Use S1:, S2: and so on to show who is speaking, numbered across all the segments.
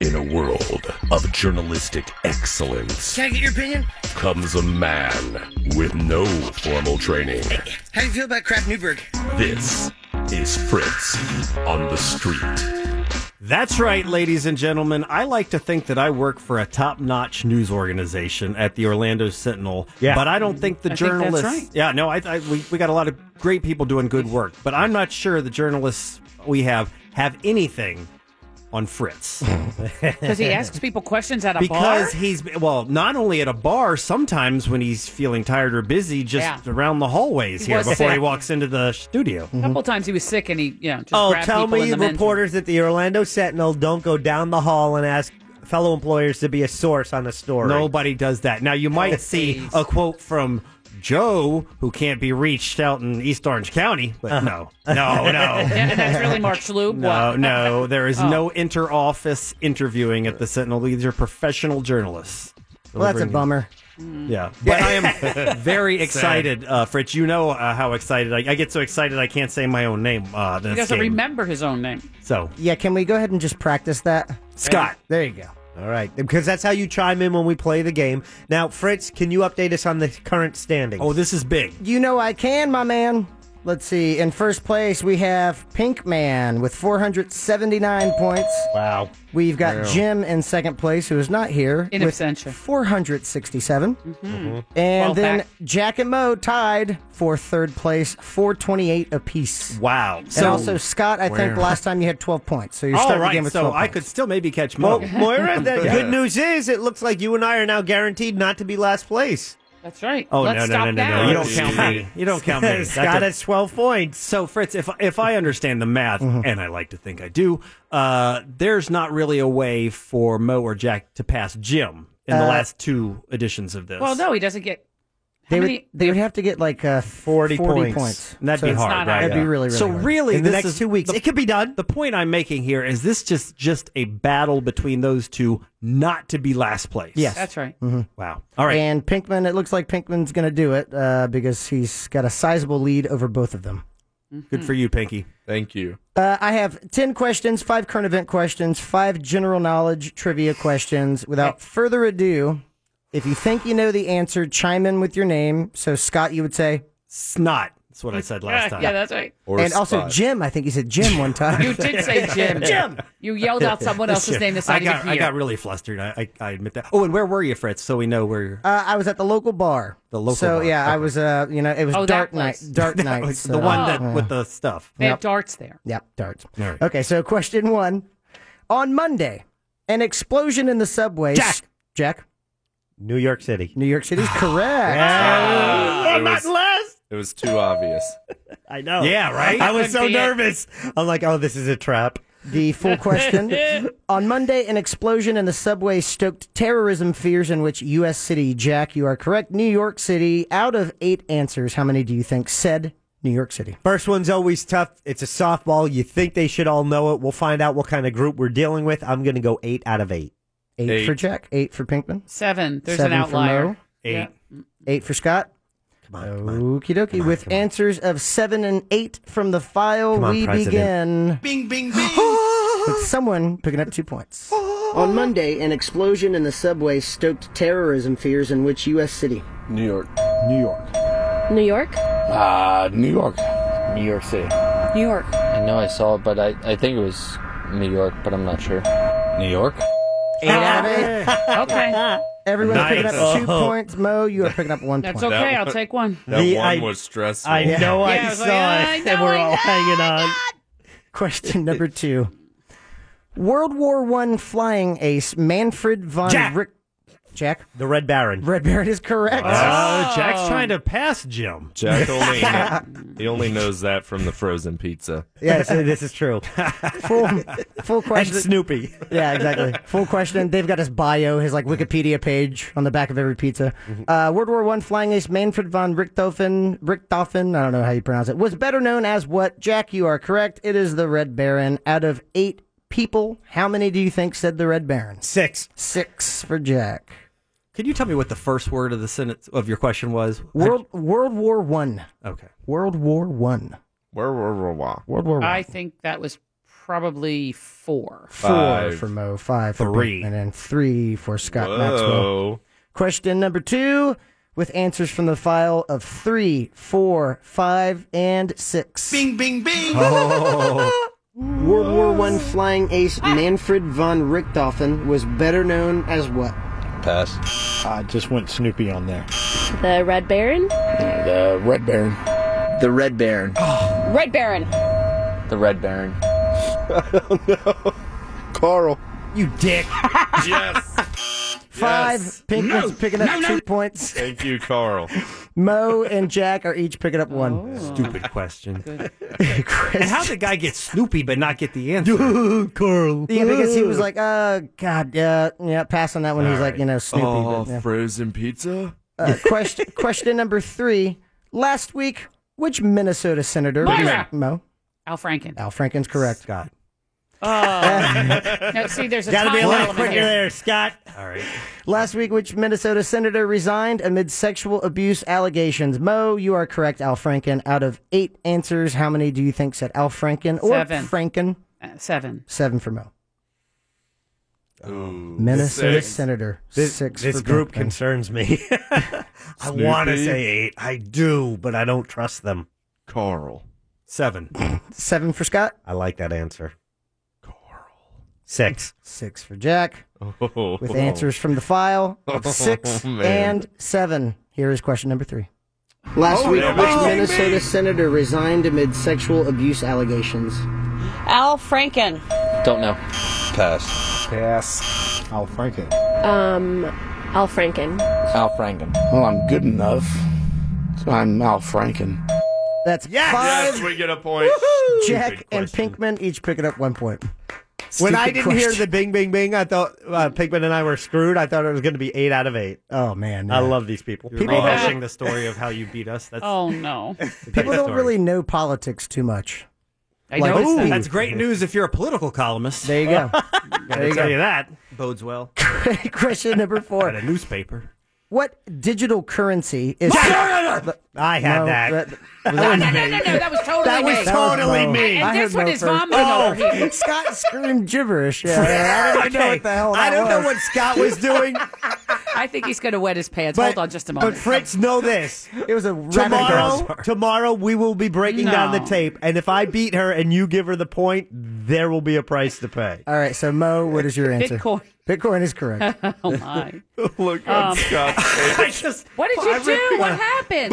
S1: In a world of journalistic excellence
S2: Can I get your opinion?
S1: comes a man with no formal training.
S2: How do you feel about Kraft Newberg?
S1: This is Fritz on the Street.
S3: That's right, ladies and gentlemen. I like to think that I work for a top-notch news organization at the Orlando Sentinel.
S4: Yeah.
S3: But I don't think the
S5: I think that's
S3: journalists.
S5: right.
S3: Yeah, no, I, I we, we got a lot of great people doing good work, but I'm not sure the journalists we have have anything on Fritz
S5: Because he asks people questions at a bar.
S3: because he's well, not only at a bar, sometimes when he's feeling tired or busy, just
S5: Yeah.
S3: around the hallways
S5: He
S3: here
S5: was
S3: before he
S5: sick.
S3: walks into the studio.
S5: a couple times he was sick and he, you know, just
S4: Oh,
S5: grabbed
S4: tell
S5: people in
S4: me,
S5: the men's room.
S4: reporters at the Orlando Sentinel don't go down the hall and ask fellow employers to be a source on the story.
S3: Nobody does that. Now you might see
S5: please.
S3: a quote from Joe, who can't be reached out in East Orange County, but no, no, no.
S5: Yeah, and that's really Mark Schlub.
S3: No,
S5: What?
S3: no, there is no inter-office interviewing at the Sentinel. These are professional journalists.
S6: Well, that's a
S3: Delivering-
S6: bummer.
S3: Yeah, but I am very excited, uh, Fritz. You know uh, how excited I, I get. So excited I can't say my own name. Uh,
S5: He
S3: this
S5: doesn't
S3: game.
S5: remember his own name.
S3: So
S6: Yeah, can we go ahead and just practice that?
S3: Scott,
S6: There you go.
S4: All right, because that's how you chime in when we play the game. Now, Fritz, can you update us on the current standings?
S3: oh, this is big.
S6: You know I can, my man. Let's see. In first place, we have Pink Man with 479 points.
S3: Wow.
S6: We've got Jim in second place, who is not here,
S5: In
S6: with
S5: absentia. Mm-hmm.
S6: 467. And
S4: Mm-hmm.
S5: Well
S6: then
S5: back.
S6: Jack and Mo tied for third place, 428 apiece.
S3: Wow.
S6: and also, Scott, I think last time you had 12 points, so you're
S3: all
S6: starting the game
S3: right.
S6: with
S3: So
S6: 12
S3: I
S6: points.
S3: could still maybe catch
S4: Well,
S3: Mo.
S4: Moira, the good news is it looks like you and I are now guaranteed not to be last place.
S5: That's right.
S3: Oh
S5: Let's
S3: no, no,
S5: stop
S3: no, no,
S5: now.
S3: no! You don't count me. You don't count me. That's
S4: Scott
S3: a-
S4: has 12 points.
S3: so Fritz, if if I understand the math, and I like to think I do, uh, there's not really a way for Mo or Jack to pass Jim in
S6: Uh,
S3: the last two editions of this.
S5: Well, no, he doesn't get. How
S6: they,
S5: many?
S6: would, they would have to get like uh, 40,
S4: 40
S6: points.
S4: points.
S3: And that'd
S6: So
S3: be
S6: it's
S3: hard.
S5: not
S3: right?
S5: hard.
S6: That'd be really, really
S3: so.
S6: hard.
S3: Really,
S4: In the
S3: this
S4: next
S3: is
S4: two weeks,
S3: the-
S4: it could be done.
S3: the point I'm making here is this just just a battle between those two not to be last place.
S6: Yes.
S5: That's right.
S3: Wow. All right.
S6: And Pinkman, it looks like Pinkman's going to do it uh, because he's got a sizable lead over both of them.
S3: Good for you, Pinky.
S7: Thank you.
S6: Uh, I have 10 questions, five current event questions, five general knowledge trivia questions. Without further ado, if you think you know the answer, chime in with your name. So, Scott, you would say.
S3: Snot. That's what I said last
S5: Yeah,
S3: time.
S5: yeah, that's right.
S7: Or
S6: and also,
S7: Spot.
S6: Jim, I think you said Jim one time.
S5: You did say Jim. Jim. You yelled out someone else's name that
S3: I
S5: sounded
S3: got,
S5: here.
S3: I got really flustered. I, I, I admit that. Oh, and where were you, Fritz? So we know where you're.
S6: Uh, I was at the local bar.
S3: The local
S6: So,
S3: bar,
S6: yeah, I
S3: okay.
S6: was, uh, you know, it was
S5: Oh, that
S6: dark night.
S5: place.
S6: Dark night.
S3: It's
S6: so- Oh.
S3: the one that
S4: uh,
S6: Yeah.
S3: with the stuff.
S5: They have darts there.
S6: Yep, darts.
S3: right.
S6: Okay, so question one. On Monday, an explosion in the subway.
S3: Jack.
S6: Jack.
S4: New York City.
S6: New York City's correct.
S7: Ah, it,
S4: I'm not
S7: was,
S4: last.
S7: it was too obvious.
S4: I know.
S3: Yeah, right?
S4: I was
S5: Could
S4: so
S5: be it.
S4: nervous. I'm like, oh, this is a trap.
S6: The full question. On Monday, an explosion in the subway stoked terrorism fears in which U.S. city. Jack, you are correct. New York City. Out of eight answers, how many do you think said New York City?
S4: First one's always tough. It's a softball. You think they should all know it. We'll find out what kind of group we're dealing with. I'm going to go eight out of eight.
S6: Eight,
S7: Eight.
S6: for Jack. Eight for Pinkman.
S5: Seven. There's
S6: Seven
S5: an
S6: for Mo.
S5: outlier.
S3: Eight.
S5: Yeah.
S6: Eight for Scott.
S4: Come on, come on.
S6: Okie dokie. With answers of seven and eight from the file,
S4: Come on,
S6: we begin.
S4: President.
S2: Bing, bing, bing.
S6: with someone picking up two points. On Monday, an explosion in the subway stoked terrorism fears in which U.S. city?
S7: New York.
S6: New York.
S8: New York?
S9: Uh, New York. New York City.
S8: New York.
S9: I know I saw it, but I, I think it was New York, but I'm not sure. New York?
S6: Eight out of eight.
S5: Okay.
S6: Everyone's picking
S3: Nice.
S6: up two
S2: Oh.
S6: points. Mo, you are picking up one
S5: That's
S6: point.
S5: okay.
S7: That
S5: I'll
S7: one-
S5: take one.
S7: That
S4: The-
S7: one
S4: I-
S7: was stressful.
S4: I know I,
S5: Yeah, I was
S4: saw
S5: like, "Oh I
S4: it,
S5: know,
S4: and we're
S5: I
S4: all
S5: know,
S4: hanging on.
S6: Question number two. World War One flying ace Manfred von
S3: Jack.
S6: Rick. Jack.
S4: The Red Baron.
S6: Red Barrett is correct.
S3: Oh, Jack's trying to pass Jim.
S7: Jack only he only knows that from the frozen pizza.
S4: yes, this is true.
S6: Full, full
S4: and
S6: question.
S4: Snoopy.
S6: Yeah, exactly. Full question. They've got his bio, his like Wikipedia page on the back of every pizza. Uh, World War One flying ace Manfred von Richthofen, Richthofen, I don't know how you pronounce it, was better known as what? Jack, you are correct. It is the Red Baron. Out of eight people, how many do you think said the Red Baron?
S4: Six.
S6: Six for Jack.
S3: Could you tell me what the first word of the sentence of your question was?
S6: World World War One.
S3: Okay.
S6: World War One.
S7: Where were we?
S6: World War One.
S5: I think that was probably four.
S6: Four
S7: Five.
S6: for Mo, five for
S3: Three.
S6: Pinkman, and three for Scott Maxwell.
S7: Whoa.
S6: Question number two with answers from the file of three, four, five, and six. Bing, bing, bing. World War One flying ace Manfred von Richthofen was better known as what?
S9: Pass.
S8: I just went Snoopy on there.
S10: The Red Baron?
S8: The Red Baron.
S9: The Red Baron.
S8: Oh.
S5: Red Baron.
S9: The Red Baron.
S8: Carl.
S6: You dick.
S7: Yes.
S6: Five.
S7: Yes.
S6: Pinkman's picking up two points.
S7: Thank you, Carl.
S6: Mo and Jack are each picking up one.
S7: Oh.
S3: Stupid question.
S6: Chris-
S3: And how'd the guy get Snoopy but not get the answer?
S4: Carl.
S6: Yeah, because he was like, "Oh God, yeah, yeah." Pass on that one. He's like, you know, Snoopy.
S7: Oh,
S6: but, yeah.
S7: frozen pizza?
S6: Uh, question, question number three. Last week, which Minnesota senator?
S5: Moira!
S6: Mo.
S5: Al Franken.
S6: Al Franken's correct.
S3: Scott.
S5: Oh. no, see, there's a
S4: Gotta
S5: time
S4: be a little
S5: element
S4: quicker
S5: here.
S4: there, Scott.
S3: All right.
S6: Last week, which Minnesota senator resigned amid sexual abuse allegations? Mo, you are correct. Al Franken. Out of eight answers, how many do you think said Al Franken or
S5: Seven.
S6: Franken?
S5: Uh, seven.
S6: Seven for Mo. Minnesota
S7: Six.
S6: senator.
S4: This,
S6: six.
S4: this
S6: for
S4: group
S6: Pinkman.
S4: concerns me. I want to
S7: Snoopy.
S4: say eight. I do, but I don't trust them.
S7: Carl.
S3: Seven.
S6: Seven for Scott.
S4: I like that answer. Six.
S6: Six for Jack.
S7: Oh.
S6: with answers from the file of six
S7: Oh, man.
S6: and seven. Here is question number three. Last week,
S7: man.
S6: which
S7: Oh,
S6: Minnesota senator resigned amid sexual abuse allegations?
S5: Al Franken.
S9: Don't know. Pass.
S8: Pass. Al Franken.
S10: Um, Al Franken.
S9: Al Franken.
S8: Well, I'm good enough. So I'm Al Franken.
S6: That's five.
S7: Yes, we get a point.
S6: Jack
S7: Stupid
S6: and
S7: question.
S6: Pinkman each picking up one point.
S4: When
S6: Stupid
S4: I didn't hear the
S6: question.
S4: bing, bing, bing, I thought uh, Pigman and I were screwed. I thought it was going to be eight out of eight.
S6: oh man,
S4: I
S6: yeah.
S4: love these people.
S3: People rehashing the story of how you beat us. That's
S5: Oh, no.
S3: a great
S6: people don't
S3: story.
S6: really know politics too much.
S5: I
S6: Like,
S5: noticed
S6: ooh.
S5: that.
S3: That's great news if you're a political columnist.
S6: There you go.
S3: I tell you that bodes well.
S6: question number
S3: At
S6: four:
S3: a newspaper.
S6: What digital currency is?
S4: I had
S6: No,
S4: that.
S6: that-
S5: No, no, no, no, no. That was totally
S6: That was
S5: me.
S6: totally
S4: totally
S6: Mo.
S4: me.
S5: And
S6: I Oh.
S5: this
S6: heard
S5: one
S6: Mo
S5: is
S6: first.
S5: vomiting over here.
S6: Scott screamed gibberish. Yeah, yeah, I don't even know what the hell.
S4: I
S6: that
S4: don't
S6: was.
S4: know what Scott was doing,
S5: I think he's going to wet his pants.
S4: but,
S5: Hold on just a
S4: but
S5: moment.
S4: Fritz, know this.
S6: It was a rabbit
S4: Tomorrow,
S6: girl.
S4: tomorrow we will be breaking down the
S5: No.
S4: tape, and if I beat her and you give her the point, there will be a price to pay.
S6: All right, so Mo, what is your answer?
S5: Bitcoin.
S6: Bitcoin is correct.
S5: Oh, my.
S7: Look on Scott's face.
S3: I just.
S5: What did you do? What happened?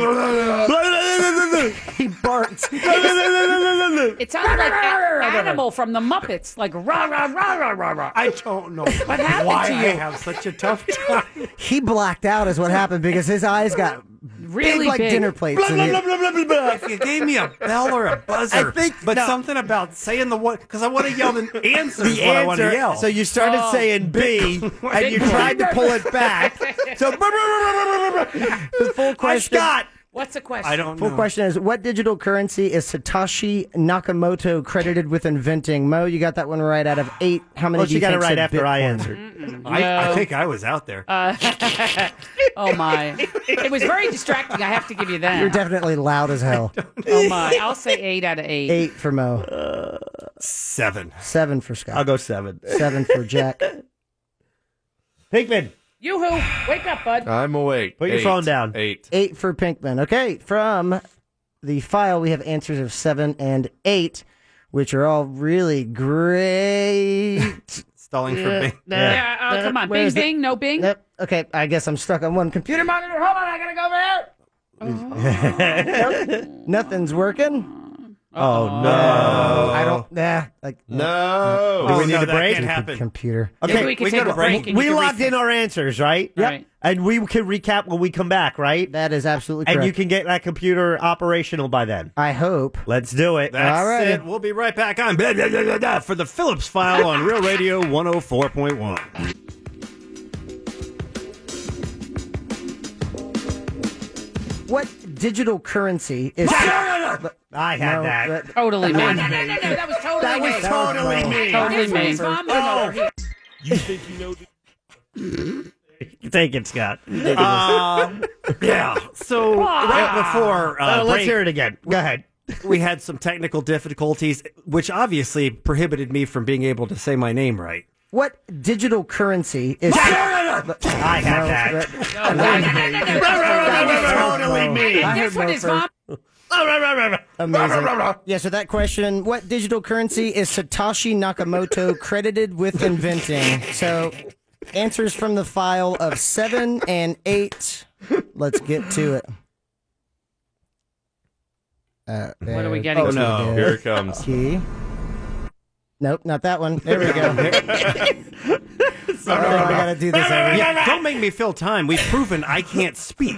S6: he barked.
S5: It sounded like a- animal from the Muppets. Like, rah, rah, rah, rah, rah, rah.
S3: I don't know
S5: What happened
S3: why
S5: to
S3: I
S5: you?
S3: have such a tough time.
S6: He blacked out is what happened because his eyes got
S5: Really
S6: big like
S5: big.
S6: dinner plates. and he-
S3: If you gave me a bell or a buzzer,
S4: I think-
S3: but
S4: no.
S3: something about saying the what because I want to yell the answer. is
S4: The
S3: what I want to
S4: answer-
S3: yell. Oh.
S4: So you started saying B, and you
S5: Bitcoin.
S4: tried to pull it back. So
S6: the full question.
S4: Scott,
S5: What's the question?
S3: I don't
S6: Full
S3: know.
S6: question is what digital currency is Satoshi Nakamoto credited with inventing? Mo, you got that one right out of eight. How many?
S4: well,
S6: do
S4: she
S6: you
S4: got it
S6: think
S4: right
S6: said
S4: after
S6: Bitcoin?
S4: I answered.
S3: I, I think I was out there.
S5: Oh, my. It was very distracting. I have to give you that.
S6: You're definitely loud as hell.
S5: oh, my. I'll say eight out of eight.
S6: Eight for Mo,
S3: Seven.
S6: seven for
S4: I'll
S6: Scott,
S4: go seven.
S6: seven for Jack.
S4: Pinkman,
S5: You who? Wake up, bud.
S7: I'm awake.
S4: Put your
S7: Eight.
S4: phone down.
S7: Eight.
S6: eight for Pinkman. Okay, from the file we have answers of seven and eight, which are all really great.
S3: Stalling for me.
S5: Yeah, oh, come on.
S6: Where
S5: Bing,
S6: is it?
S5: bing, no bing.
S6: nope. Okay, I guess I'm stuck on one computer monitor. Hold on, I gotta go over there. Nope, Nothing's working.
S4: Oh no!
S6: I don't. Nah, like
S7: No.
S4: Do we need
S3: no,
S4: a
S3: that
S4: break?
S3: can't happen.
S6: computer.
S5: Maybe we can
S3: we
S5: take
S3: gotta
S5: a break.
S3: break.
S5: and you
S4: We
S5: can
S4: locked
S5: refill.
S4: in our answers, right?
S5: Right.
S4: And we can recap when we come back, right?
S6: That is absolutely correct.
S4: And you can get that computer operational by then.
S6: I hope.
S4: Let's do it.
S3: That's
S6: Alrighty.
S3: it. We'll be right back on blah, blah, blah, blah, blah, for the Phillips File on Real Radio 104.1.
S6: What digital currency is?
S4: I had
S6: No,
S4: that.
S6: that-
S5: Totally me. No, no, no, no, no. That was totally
S4: That was
S5: me.
S4: totally
S6: That was
S4: me.
S5: Totally This one me. is vomiting
S4: Oh.
S5: over here.
S4: Take it, Scott.
S3: Yeah. So right before uh,
S4: Uh, let's
S3: break,
S4: Uh, hear it again. Go ahead.
S3: we had some technical difficulties, which obviously prohibited me from being able to say my name right.
S6: What digital currency is?
S3: I
S6: have
S3: that.
S5: No, no, no, no, no.
S6: totally me. I heard
S5: This one
S6: Mo
S5: is
S6: first.
S5: vom-
S6: Amazing. Yeah, so that question, what digital currency is Satoshi Nakamoto credited with inventing? So answers from the file of seven and eight. Let's get to it. Uh,
S5: What are we
S6: there-
S5: getting
S6: oh,
S5: to?
S6: there.
S7: Here it comes.
S6: Key. Nope, not that one. There we go. Oh, I gotta do this every
S3: Yeah, don't make me fill time. We've proven I can't speak.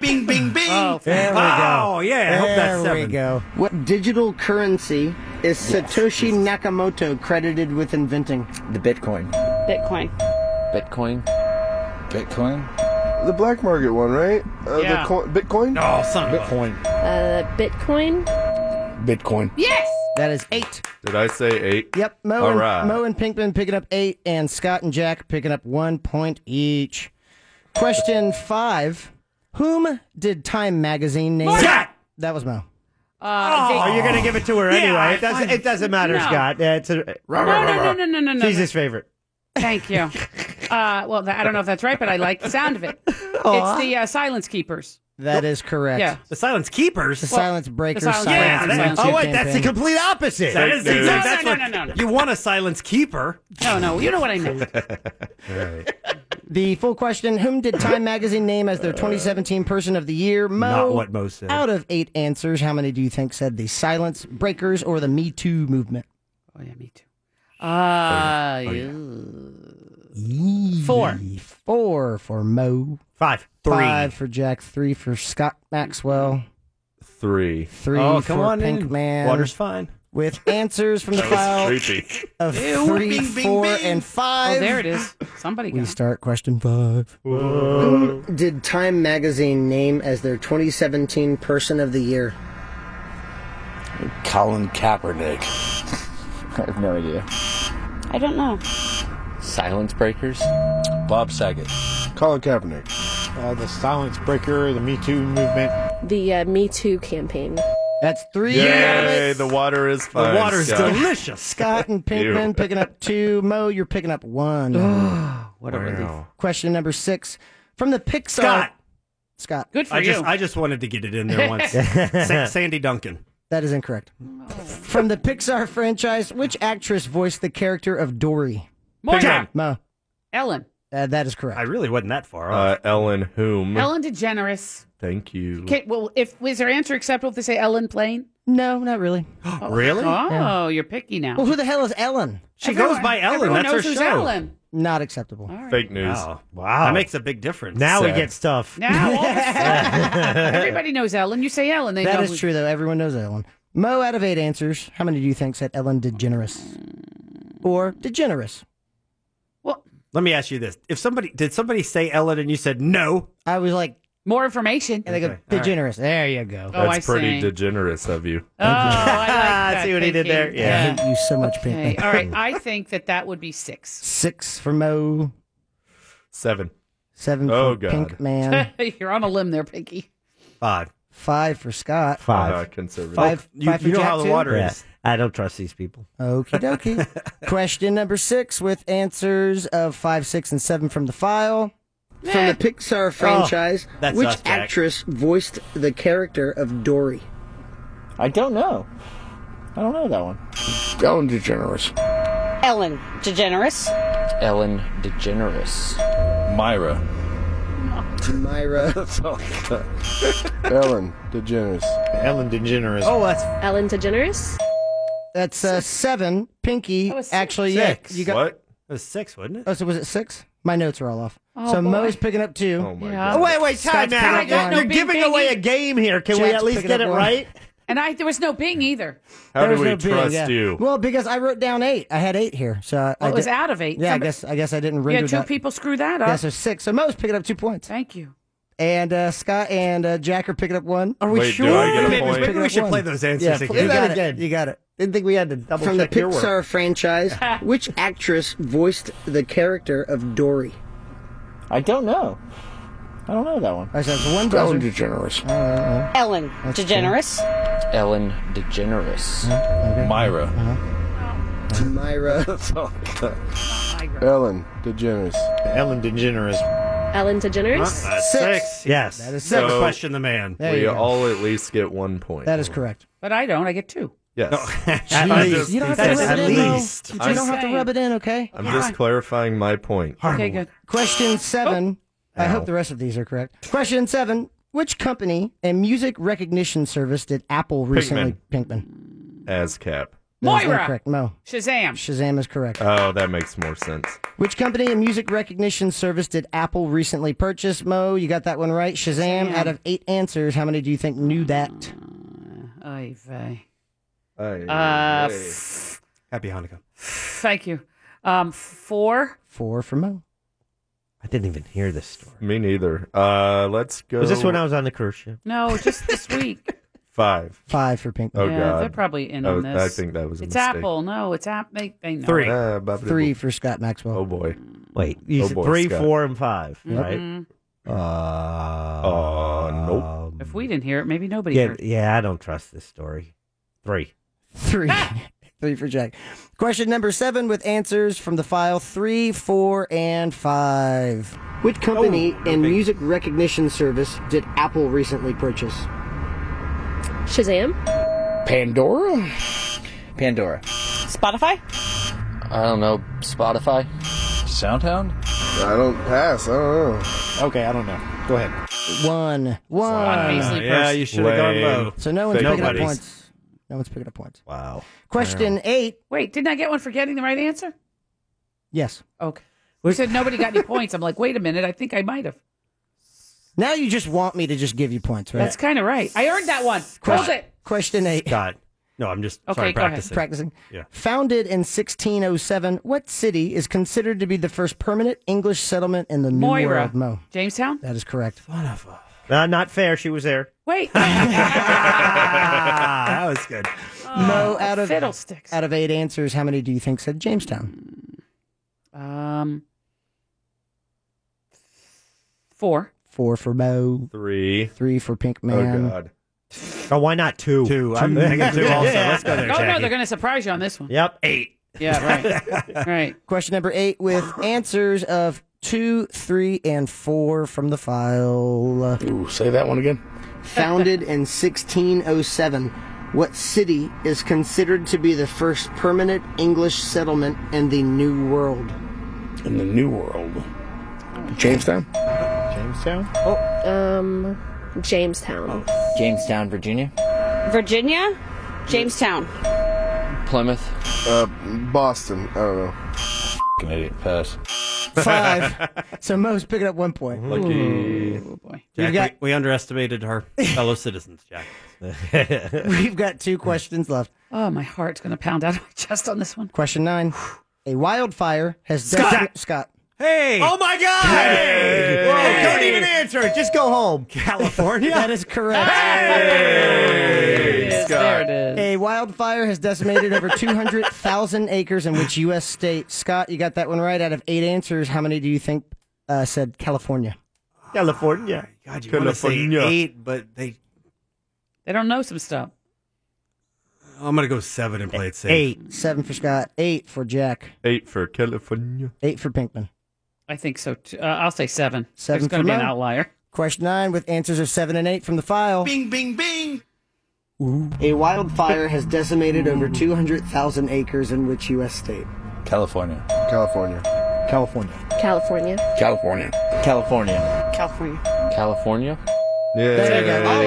S2: Bing, bing, bing.
S6: There we go.
S3: Oh, yeah, I hope that's
S6: there we
S3: seven.
S6: go. What digital currency is Satoshi Nakamoto credited with inventing?
S11: The Bitcoin.
S5: Bitcoin.
S9: Bitcoin.
S11: Bitcoin?
S8: The black market one, right? Uh,
S5: Yeah.
S8: The co- Bitcoin?
S3: Oh, son of a-
S11: Bitcoin.
S10: Uh, Bitcoin.
S8: Bitcoin.
S5: Yes.
S6: That is eight.
S7: Did I say eight?
S6: Yep. Mo,
S7: All
S6: and,
S7: right.
S6: Mo and Pinkman picking up eight, and Scott and Jack picking up one point each. Question five Whom did Time Magazine name?
S3: Scott!
S6: That was Mo.
S5: Uh,
S4: Oh,
S5: they-
S4: you're gonna give it to her
S3: Yeah,
S4: anyway. It
S3: fine.
S4: doesn't. It doesn't matter,
S5: No.
S4: Scott. Yeah, it's a,
S5: no, no, no, no, no, no, no.
S4: she's his favorite.
S5: Thank you. Uh, well, th- I don't know if that's right, but I like the sound of it. It's the uh, Silence Keepers.
S6: That is correct.
S5: Yeah.
S3: The silence keepers.
S6: The Silence Breakers.
S5: Silence
S3: Yeah,
S6: Silence
S3: that-
S6: Announcer
S4: Oh wait, that's the
S6: campaign.
S4: complete opposite.
S3: that is
S7: Fake news.
S3: exact- that's
S5: No, no,
S3: what-
S5: no, no, no.
S3: You want a silence keeper?
S5: No, no, you know what I meant.
S6: The full question Whom did Time Magazine name as their 2017 Person of the Year? Mo.
S3: Not what Mo said.
S6: Out of eight answers, how many do you think said the Silence Breakers or the Me Too movement?
S5: Oh yeah, me too. Ah, yeah. four.
S6: Four for Mo.
S4: Five.
S3: Three.
S6: Five for Jack. Three for Scott Maxwell.
S7: Three.
S6: Three
S3: oh,
S6: for
S3: come on
S6: Pink
S3: in.
S6: Man. Oh.
S3: Water's fine.
S6: With answers from the
S7: That
S6: file
S7: was creepy.
S6: of
S2: Ew,
S6: three,
S2: bing, bing,
S6: four,
S2: bing.
S6: and
S5: Oh,
S6: five.
S5: there it is. Somebody
S6: We
S5: got. it.
S6: start question five. Who did Time Magazine name as their 2017 Person of the Year?
S8: Colin Kaepernick.
S11: I have no idea.
S10: I don't know.
S9: Silence breakers.
S11: Bob Saget.
S8: Colin Kaepernick.
S12: Uh, the silence breaker, the Me Too movement.
S10: The uh, Me Too campaign.
S6: That's three.
S7: Yay! The water is
S3: The
S7: fine.
S3: water's
S7: Scott.
S3: delicious.
S6: Scott and
S7: Ew.
S6: Pinkman picking up two. Mo, you're picking up one.
S5: What a relief.
S6: Question number six. From the Pixar.
S3: Scott.
S6: Scott.
S5: Good for
S3: I
S5: you.
S3: just I just wanted to get it in there once. Sa- Sandy Duncan.
S6: That is incorrect. From the Pixar franchise, which actress voiced the character of Dory?
S5: Morgan.
S6: Mo.
S5: Ellen.
S6: Uh, that is correct.
S3: I really wasn't that far
S7: Uh,
S3: off.
S7: Ellen whom?
S5: Ellen DeGeneres.
S7: Thank you.
S5: Okay, well, if was her answer acceptable if they say Ellen Plain?
S6: no, not really.
S7: Uh,
S3: really?
S5: Oh, you're picky now.
S6: Well, who the hell is Ellen?
S3: she
S5: Everyone-
S3: goes by Ellen.
S5: Everyone
S3: That's her
S5: knows who's
S3: show.
S5: Ellen.
S6: Not acceptable.
S5: All right.
S7: Fake news.
S3: Oh, Wow.
S4: Wow.
S3: That makes a big difference.
S4: now
S7: Sad.
S4: it gets tough.
S5: Now all of a sudden, everybody knows Ellen. You say Ellen, they
S6: That
S5: know
S6: is
S5: who-
S6: true, though. Everyone knows Ellen. Mo, out of eight answers, how many do you think said Ellen DeGeneres?
S5: Mm.
S6: Or DeGeneres?
S5: Well,
S3: Let me ask you this: If somebody did somebody say Ellen and you said no,
S6: I was like,
S5: more information.
S6: and they go,
S3: Okay, all right.
S6: DeGeneres. There you go.
S5: Oh, I
S7: That's pretty
S5: see.
S7: degenerous of you.
S5: oh, I like that.
S4: See what he did
S5: thinking.
S4: there?
S6: I
S4: Yeah.
S6: hate you so much,
S5: Okay.
S6: Pinkman.
S5: All right. I think that that would be six.
S6: Six for Mo,
S7: Seven.
S6: seven
S7: Oh,
S6: for
S7: God.
S6: Pinkman,
S5: You're on a limb there, Pinky.
S3: five.
S6: five for Scott.
S7: Uh,
S4: Five.
S7: conservative.
S6: Five,
S3: Oh, You,
S6: five for
S3: you know
S6: Jack
S3: how the
S6: too?
S3: water
S4: Yeah.
S3: is.
S4: I don't trust these people.
S6: Okie dokie. Question number six with answers of five, six, and seven from the file. From the Pixar franchise,
S3: that's which us, Jack. actress
S6: voiced the character of Dory?
S11: I don't know. I don't know that one.
S8: Ellen DeGeneres.
S13: Ellen DeGeneres.
S9: Ellen DeGeneres.
S11: Myra.
S6: Myra.
S8: Ellen DeGeneres.
S12: Ellen DeGeneres.
S4: Oh, that's
S10: Ellen DeGeneres.
S6: That's uh, seven. Pinky,
S5: was Oh, six.
S6: actually,
S3: Six.
S6: yeah. You got,
S7: what?
S3: It was six, wasn't it?
S6: Oh, so was it six? My notes are all off.
S5: Oh,
S6: so
S5: boy.
S6: Mo's picking up two.
S7: Oh my
S5: Yeah.
S7: god.
S4: wait, wait, time
S6: Scott's
S4: out.
S6: picking up one.
S4: You're
S5: No, Bing
S4: giving
S5: Bing
S4: away
S5: is-
S4: a game here. Can we
S6: Jack's
S4: at least
S6: picking
S4: get
S6: up
S4: it
S6: one.
S4: right?
S5: And I there was no Bing either.
S7: How do
S6: There was
S7: we
S6: no being,
S7: trust
S6: yeah.
S7: you?
S6: Well, because I wrote down eight. I had eight here, so I, I
S5: Well, it was
S6: di-
S5: out of eight.
S6: Yeah, I
S5: Somebody-
S6: guess I guess I didn't
S5: Yeah,
S6: render
S5: two
S6: that.
S5: people screw that up.
S6: Yeah, so six. So Mo's picking up two points,
S5: Thank you.
S6: and uh, Scott and uh, Jack are picking up one. Are we
S7: Wait,
S6: sure?
S7: do I get a
S3: Maybe,
S7: point?
S3: maybe we should
S6: One.
S3: play those
S6: yeah,
S3: answers
S6: play
S3: again.
S6: that
S4: got it.
S6: again. You got it. Didn't think we had to double
S4: From the
S6: check your work.
S4: Pixar
S6: franchise, which actress voiced the character of Dory?
S11: I don't know. I don't know that one.
S6: I said one
S8: Ellen
S6: buzzer.
S8: DeGeneres.
S13: Ellen DeGeneres.
S9: Ellen DeGeneres.
S11: Hmm?
S7: Myra.
S6: Myra.
S7: Oh,
S8: Ellen DeGeneres.
S12: Ellen DeGeneres.
S10: Ellen DeGeneres?
S3: That's six.
S4: Yes.
S3: That is six.
S7: So-
S3: question the man.
S7: we all at least get one point.
S6: That is correct.
S5: But I don't. I get two.
S7: Yes.
S6: At
S7: I'm
S6: least.
S7: just-
S6: You don't have to rub it in, though. You
S7: I'm,
S6: don't have to rub it in, okay?
S7: I'm just clarifying my point.
S6: Question seven. I hope the rest of these are correct. Question seven. Which company and music recognition service did Apple recently? Pinkman.
S7: ASCAP.
S6: That is incorrect. No.
S5: Shazam.
S6: Shazam is correct.
S7: Oh, that makes more sense.
S6: Which company and music recognition service did Apple recently purchase? Mo, you got that one right. Shazam, out of eight answers, how many do you think knew that?
S5: Oy Uh, vey.
S6: ay.
S5: Uh, f-
S3: Happy Hanukkah.
S5: thank you. Um, four.
S6: Four for Mo.
S4: I didn't even hear this story.
S7: Me neither. Uh, let's go.
S4: Was this when I was on the cruise ship?
S5: No, just this week.
S7: Five.
S6: Five for Pink.
S7: Oh
S5: yeah,
S7: God.
S5: they're probably in
S7: I
S5: on
S7: was-
S5: this.
S7: I think that was a
S5: it's
S7: mistake.
S5: Apple. No, it's Apple. They, they know.
S7: Uh, babidi-boo.
S6: Three for Scott Maxwell.
S7: Oh boy.
S4: Wait. You
S7: Oh,
S4: said
S7: boy,
S4: three,
S7: Scott.
S4: four, and five,
S5: Mhm.
S4: right? Uh, oh, nope.
S5: If we didn't hear it, maybe nobody
S4: yeah,
S5: heard. it.
S4: yeah, I don't trust this story. Three.
S6: Three. three for Jack. Question number seven with answers from the file three, four, and five. Which company
S5: Oh,
S6: and music recognition service did Apple recently purchase?
S10: Shazam?
S9: Pandora?
S11: Pandora.
S13: Spotify?
S9: I don't know. Spotify?
S11: Soundhound?
S8: I don't pass. I don't know.
S12: Okay, I don't know. Go ahead.
S6: One. One.
S3: yeah, you should have gone low.
S6: So no one's
S3: Fake
S6: picking
S3: buddies.
S6: up points. No one's picking up points.
S4: Wow.
S6: Question eight.
S5: Wait, didn't I get one for getting the right answer?
S6: Yes.
S5: Okay. You said nobody got any points. I'm like, wait a minute. I think I might have.
S6: Now you just want me to just give you points, right?
S5: That's kind of right. I earned that one. Hold it.
S6: Question eight.
S3: God. No, I'm just
S5: Okay,
S3: sorry,
S5: go ahead.
S3: practicing.
S6: Practicing.
S3: Yeah.
S6: Founded in 1607, what city is considered to be the first permanent English settlement in the New
S5: Moira.
S6: World? Mo.
S5: Jamestown?
S6: That is correct.
S4: Uh, not fair. She was there.
S5: Wait.
S3: Ah, that was good.
S6: Mo, out of
S5: Ah, fiddlesticks.
S6: out of eight answers, how many do you think said Jamestown?
S5: Um, four.
S6: Four for Mo.
S7: Three.
S6: Three for Pink Man.
S7: Oh God.
S4: Oh, why not two?
S3: Two. I'm thinking two also. Let's go
S5: Oh
S3: there,
S5: no,
S3: Jackie.
S5: they're gonna surprise you on this one.
S4: Yep. Eight.
S5: Yeah, right. right.
S6: Question number eight with answers of two, three, and four from the file.
S8: Ooh, say that one again.
S6: Founded in 1607, what city is considered to be the first permanent English settlement in the New World?
S8: In the New World. Jamestown?
S12: Jamestown?
S10: Um, Jamestown.
S11: Jamestown, Virginia.
S13: Virginia? Jamestown.
S9: Plymouth?
S8: Uh, Boston. I don't know.
S11: F***ing idiot. Pass.
S6: Five. so Mo's picking up one point.
S7: Mm-hmm.
S3: Lucky.
S5: Oh boy.
S3: Jack,
S6: got-
S3: we, we underestimated her fellow citizens, Jack.
S6: We've got two questions left.
S5: Oh, my heart's gonna pound out of my chest on this one.
S6: Question nine. A wildfire has
S3: Scott.
S6: defi- Scott.
S3: Hey!
S4: Oh my God! Whoa, Don't even answer it. Just go home.
S3: California?
S6: That is correct.
S2: Ah!
S5: There it is. There it is.
S6: A wildfire has decimated over 200,000 acres in which U.S. state. Scott, you got that one right. Out of eight answers, how many do you think uh, said California?
S4: California.
S3: God, you want to say
S7: California.
S3: eight, but they.
S5: They don't know some stuff.
S3: oh, I'm going to go seven and play it safe.
S4: Eight.
S6: Seven for Scott, eight for Jack,
S7: Eight for California.
S6: eight for Pinkman.
S5: I think so. Too. Uh, I'll say seven.
S6: Seven
S5: There's gonna
S6: for
S5: be an
S6: Mo.
S5: outlier.
S6: Question nine with answers of seven and eight from the file.
S2: Bing, bing, bing.
S6: A wildfire has decimated over 200,000 acres in which U.S. state.
S11: California.
S8: California.
S12: California.
S8: Oh.
S10: California.
S8: California.
S11: California.
S13: California.
S9: California?
S7: Yeah.
S6: There you go. All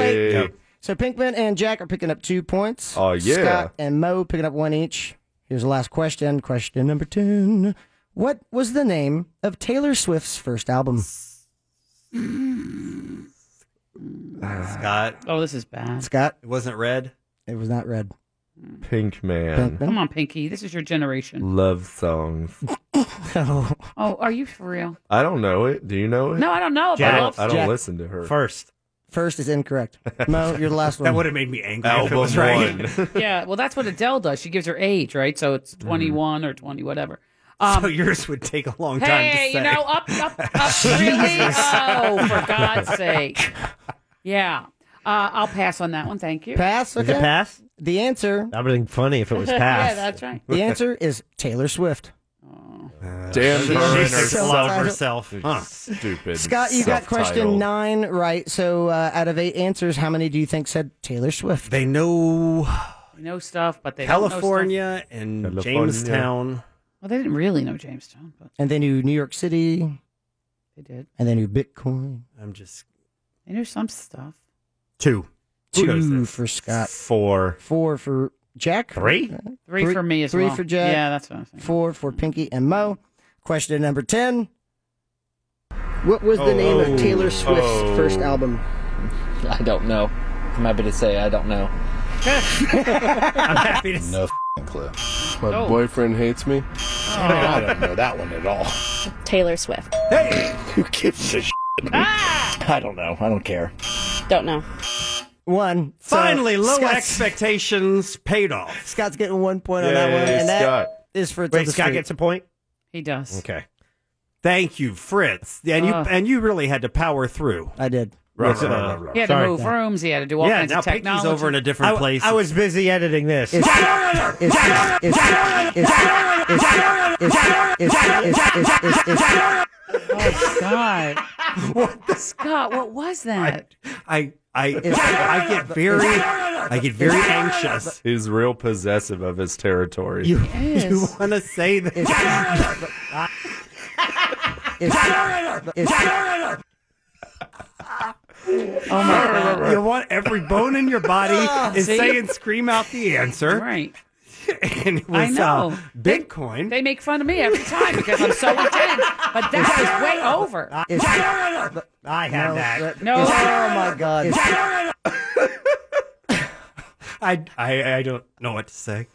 S6: eight. So Pinkman and Jack are picking up two points.
S7: Oh, yeah.
S6: Scott and Mo picking up one each. Here's the last question. Question number ten. What was the name of Taylor Swift's first album?
S3: Scott,
S5: Oh, this is bad.
S6: Scott,
S3: it wasn't red.
S6: it was not red.
S7: Pink man.
S6: Pinkman.
S5: Come on, Pinky. This is your
S6: Mm.
S5: generation.
S7: Love songs.
S6: Oh,
S5: Oh, are you for real?
S7: I don't know it. Do you know it?
S5: No, I don't know about
S7: I
S4: Jack.
S7: don't, I don't
S6: Jack.
S7: listen to her.
S4: First.
S6: first is incorrect. Mo, you're the last one.
S3: That would have made me angry. if it
S7: Album
S3: was right.
S7: one.
S5: Yeah, well, that's what Adele does. She gives her age, right? So
S3: Mm.
S5: it's 21 or 20, whatever. Um,
S3: so Oh, yours would take a long time to
S5: hey,
S3: say.
S5: you know, up, up, up, really? Oh, for God's sake. Yeah. Uh, I'll pass on that one. Thank you.
S6: Pass. Okay.
S4: Is it pass?
S6: The answer.
S4: That would have been funny if it was
S5: Yeah,
S4: pass.
S5: that's right. Oh,
S6: The answer is Taylor Swift.
S7: Damn
S6: She-
S7: her and
S6: she's so
S7: herself.
S6: tired.
S7: Huh. Stupid.
S6: Scott, Uh, you got question
S7: self-titled.
S6: nine right. So uh, out of eight answers, how many do you think said Taylor Swift?
S3: They know
S5: You know stuff, but they
S3: California and
S6: California.
S3: Jamestown.
S5: Well, they didn't really know Jamestown, but
S6: And they knew New York City.
S5: They did.
S6: And they knew Bitcoin.
S3: I'm just
S5: they knew some stuff.
S3: two.
S5: Who knows
S6: Two for Scott.
S4: Four.
S6: Four for Jack.
S5: Three?
S6: Uh,
S5: Three for me as
S6: three
S5: well.
S6: for Jack.
S5: Yeah, that's what I was thinking.
S6: Four for Pinky and Mo. Question number ten. What was the
S9: Oh,
S6: name of Taylor
S9: oh,
S6: Swift's
S9: oh.
S6: first album?
S9: I don't know. I'm happy to say I don't know.
S3: I'm happy to
S14: No f***ing clue.
S9: My
S14: My
S9: Oh.
S14: boyfriend hates me.
S10: I don't
S14: know that one at all.
S10: Taylor Swift.
S14: Who gives a shit?
S11: I don't know. I don't care.
S6: Don't know. One. So
S3: Finally, low
S6: Scott's-
S3: expectations paid off.
S6: Scott's getting one point on that one, and that is for
S3: Wait,
S6: Tilda
S3: Scott
S6: Street.
S3: gets a point?
S5: He does.
S3: Okay. Thank you, Fritz. And you
S5: Ugh.
S3: and you really had to power through.
S6: I did.
S3: Ruh,
S4: Yes,
S3: ruh,
S7: Uh,
S4: I
S3: ruh,
S4: did.
S3: ruh.
S5: He had to move rooms. He had to do all
S3: Yeah,
S5: kinds
S3: now
S5: of
S3: Pinky's
S5: technology.
S3: over in a different
S4: I,
S3: place.
S4: I was busy editing this.
S6: Is- is- is- is- is- is- is- is- is- is- is-
S5: Oh God! Scott, what was that?
S3: I I I get very I get very anxious.
S7: He's real possessive of his territory.
S3: You
S5: Yes.
S3: you want to say this?
S5: oh my God. Oh,
S3: You want every bone in your body is
S5: See?
S3: saying scream out the answer.
S5: Right.
S3: and it
S5: I
S3: was
S5: know.
S3: uh, Bitcoin.
S5: They make fun of me every time because I'm so intense. But that was way over.
S4: I
S5: had that.
S6: that-
S5: No.
S6: is- Oh my God.
S3: I, I I don't know what to say.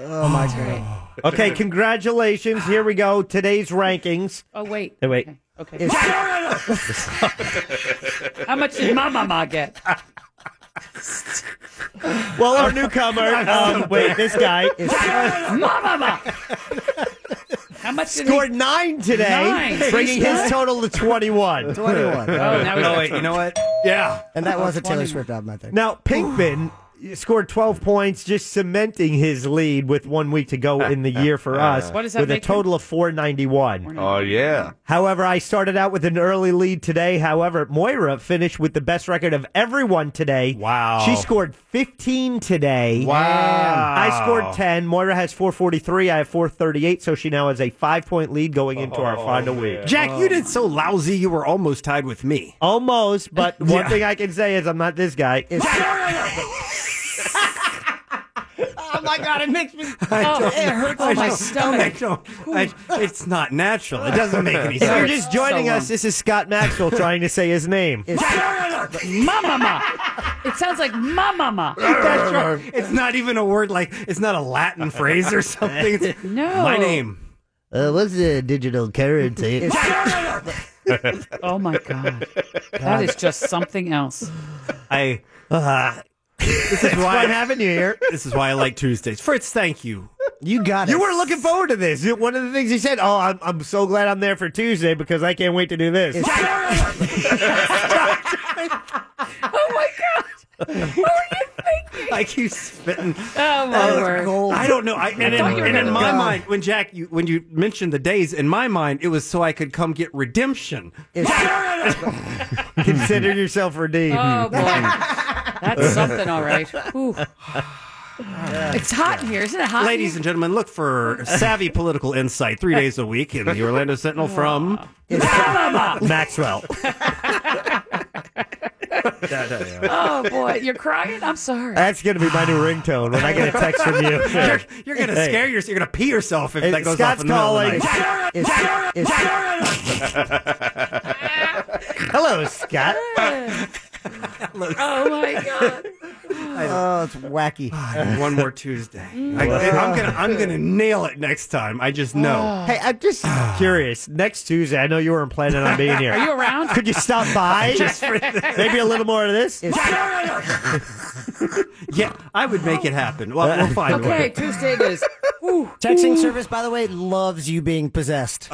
S6: Oh my god.
S4: Okay, congratulations. Here we go. Today's rankings.
S5: Oh wait.
S4: Hey, wait.
S5: Okay. How much did my mama get?
S4: Well, our newcomer. um, wait, this guy is
S5: my mama. How much did
S4: scored
S5: he-
S4: nine today,
S5: Nine.
S4: bringing his
S5: Nine.
S4: total to 21.
S6: 21. Oh,
S5: now we
S3: No, wait, you know what? Yeah.
S6: And that was a Taylor
S4: 20.
S6: Swift album, I think.
S4: Now, Pinkman scored 12 points, just cementing his lead with one week to go in the year for us,
S7: What does that
S4: with a
S7: make him?
S4: total of 491.
S7: Oh yeah.
S4: However, I started out with an early lead today. However, Moira finished with the best record of everyone today. Wow. She scored 15 today. Wow. I scored 10. Moira has 443. I have 438. So she now has a five point lead going into our final week.
S3: Jack, you did so lousy you were almost tied with me.
S4: Almost, but one
S3: Yeah.
S4: thing I can say is I'm not this guy.
S6: Oh my god, it makes me.
S3: I
S6: Oh,
S3: don't
S6: it
S3: know.
S6: hurts
S3: I
S6: my
S3: don't- I
S6: stomach.
S3: don't- I- it's not natural. It doesn't make any
S4: if
S3: sense.
S4: you're just joining
S5: So
S4: us,
S5: long.
S4: this is Scott Maxwell trying to say his name.
S5: my mama. It sounds like my mama.
S3: That's right. It's not even a word like it's not a Latin phrase or something. It's
S5: No.
S3: my name.
S4: Uh, what's the digital currency?
S5: Oh my God. That is just something else.
S3: I. Uh, this is why
S4: What happened here?
S3: This is why I like Tuesdays. Fritz, thank you.
S6: You got it.
S4: You were looking forward to this. You- One of the things he said, "Oh, I'm, I'm so glad I'm there for Tuesday because I can't wait to do this."
S5: Oh my God.
S3: I keep spitting.
S5: Oh my
S3: Uh,
S5: word.
S3: I don't know. I, and in,
S5: thought you were
S3: and in
S5: gonna
S3: my
S5: go.
S3: mind, when Jack, you, when you mentioned the days, in my mind, it was so I could come get redemption.
S4: Consider yourself redeemed.
S5: Oh boy. That's something, all right. Ooh. It's hot in here, isn't it hot? in
S3: Ladies
S5: here?
S3: and gentlemen, look for savvy political insight three days a week in the Orlando Sentinel from
S4: Maxwell.
S5: Oh boy, you're crying. I'm sorry.
S4: That's gonna be my new ringtone when I get a text from you.
S3: You're, you're gonna
S4: Hey.
S3: scare yourself. You're gonna pee yourself if
S4: Hey,
S3: that goes
S4: Scott's
S3: off in the middle of the
S4: calling.
S3: night.
S4: Hello, Scott.
S5: Oh my god.
S6: Oh, it's wacky.
S3: One more Tuesday.
S4: Mm.
S3: I, am gonna I'm gonna nail it next time. I just know.
S4: Hey, I'm just curious. Next Tuesday, I know you weren't planning on being here.
S5: Are you around?
S4: Could you stop by? Maybe a little more of this.
S3: Yeah, I would make it happen. Well, we'll find a
S5: Okay,
S3: way.
S5: Tuesday it is. Ooh.
S6: Texting service, by the way, loves you being possessed.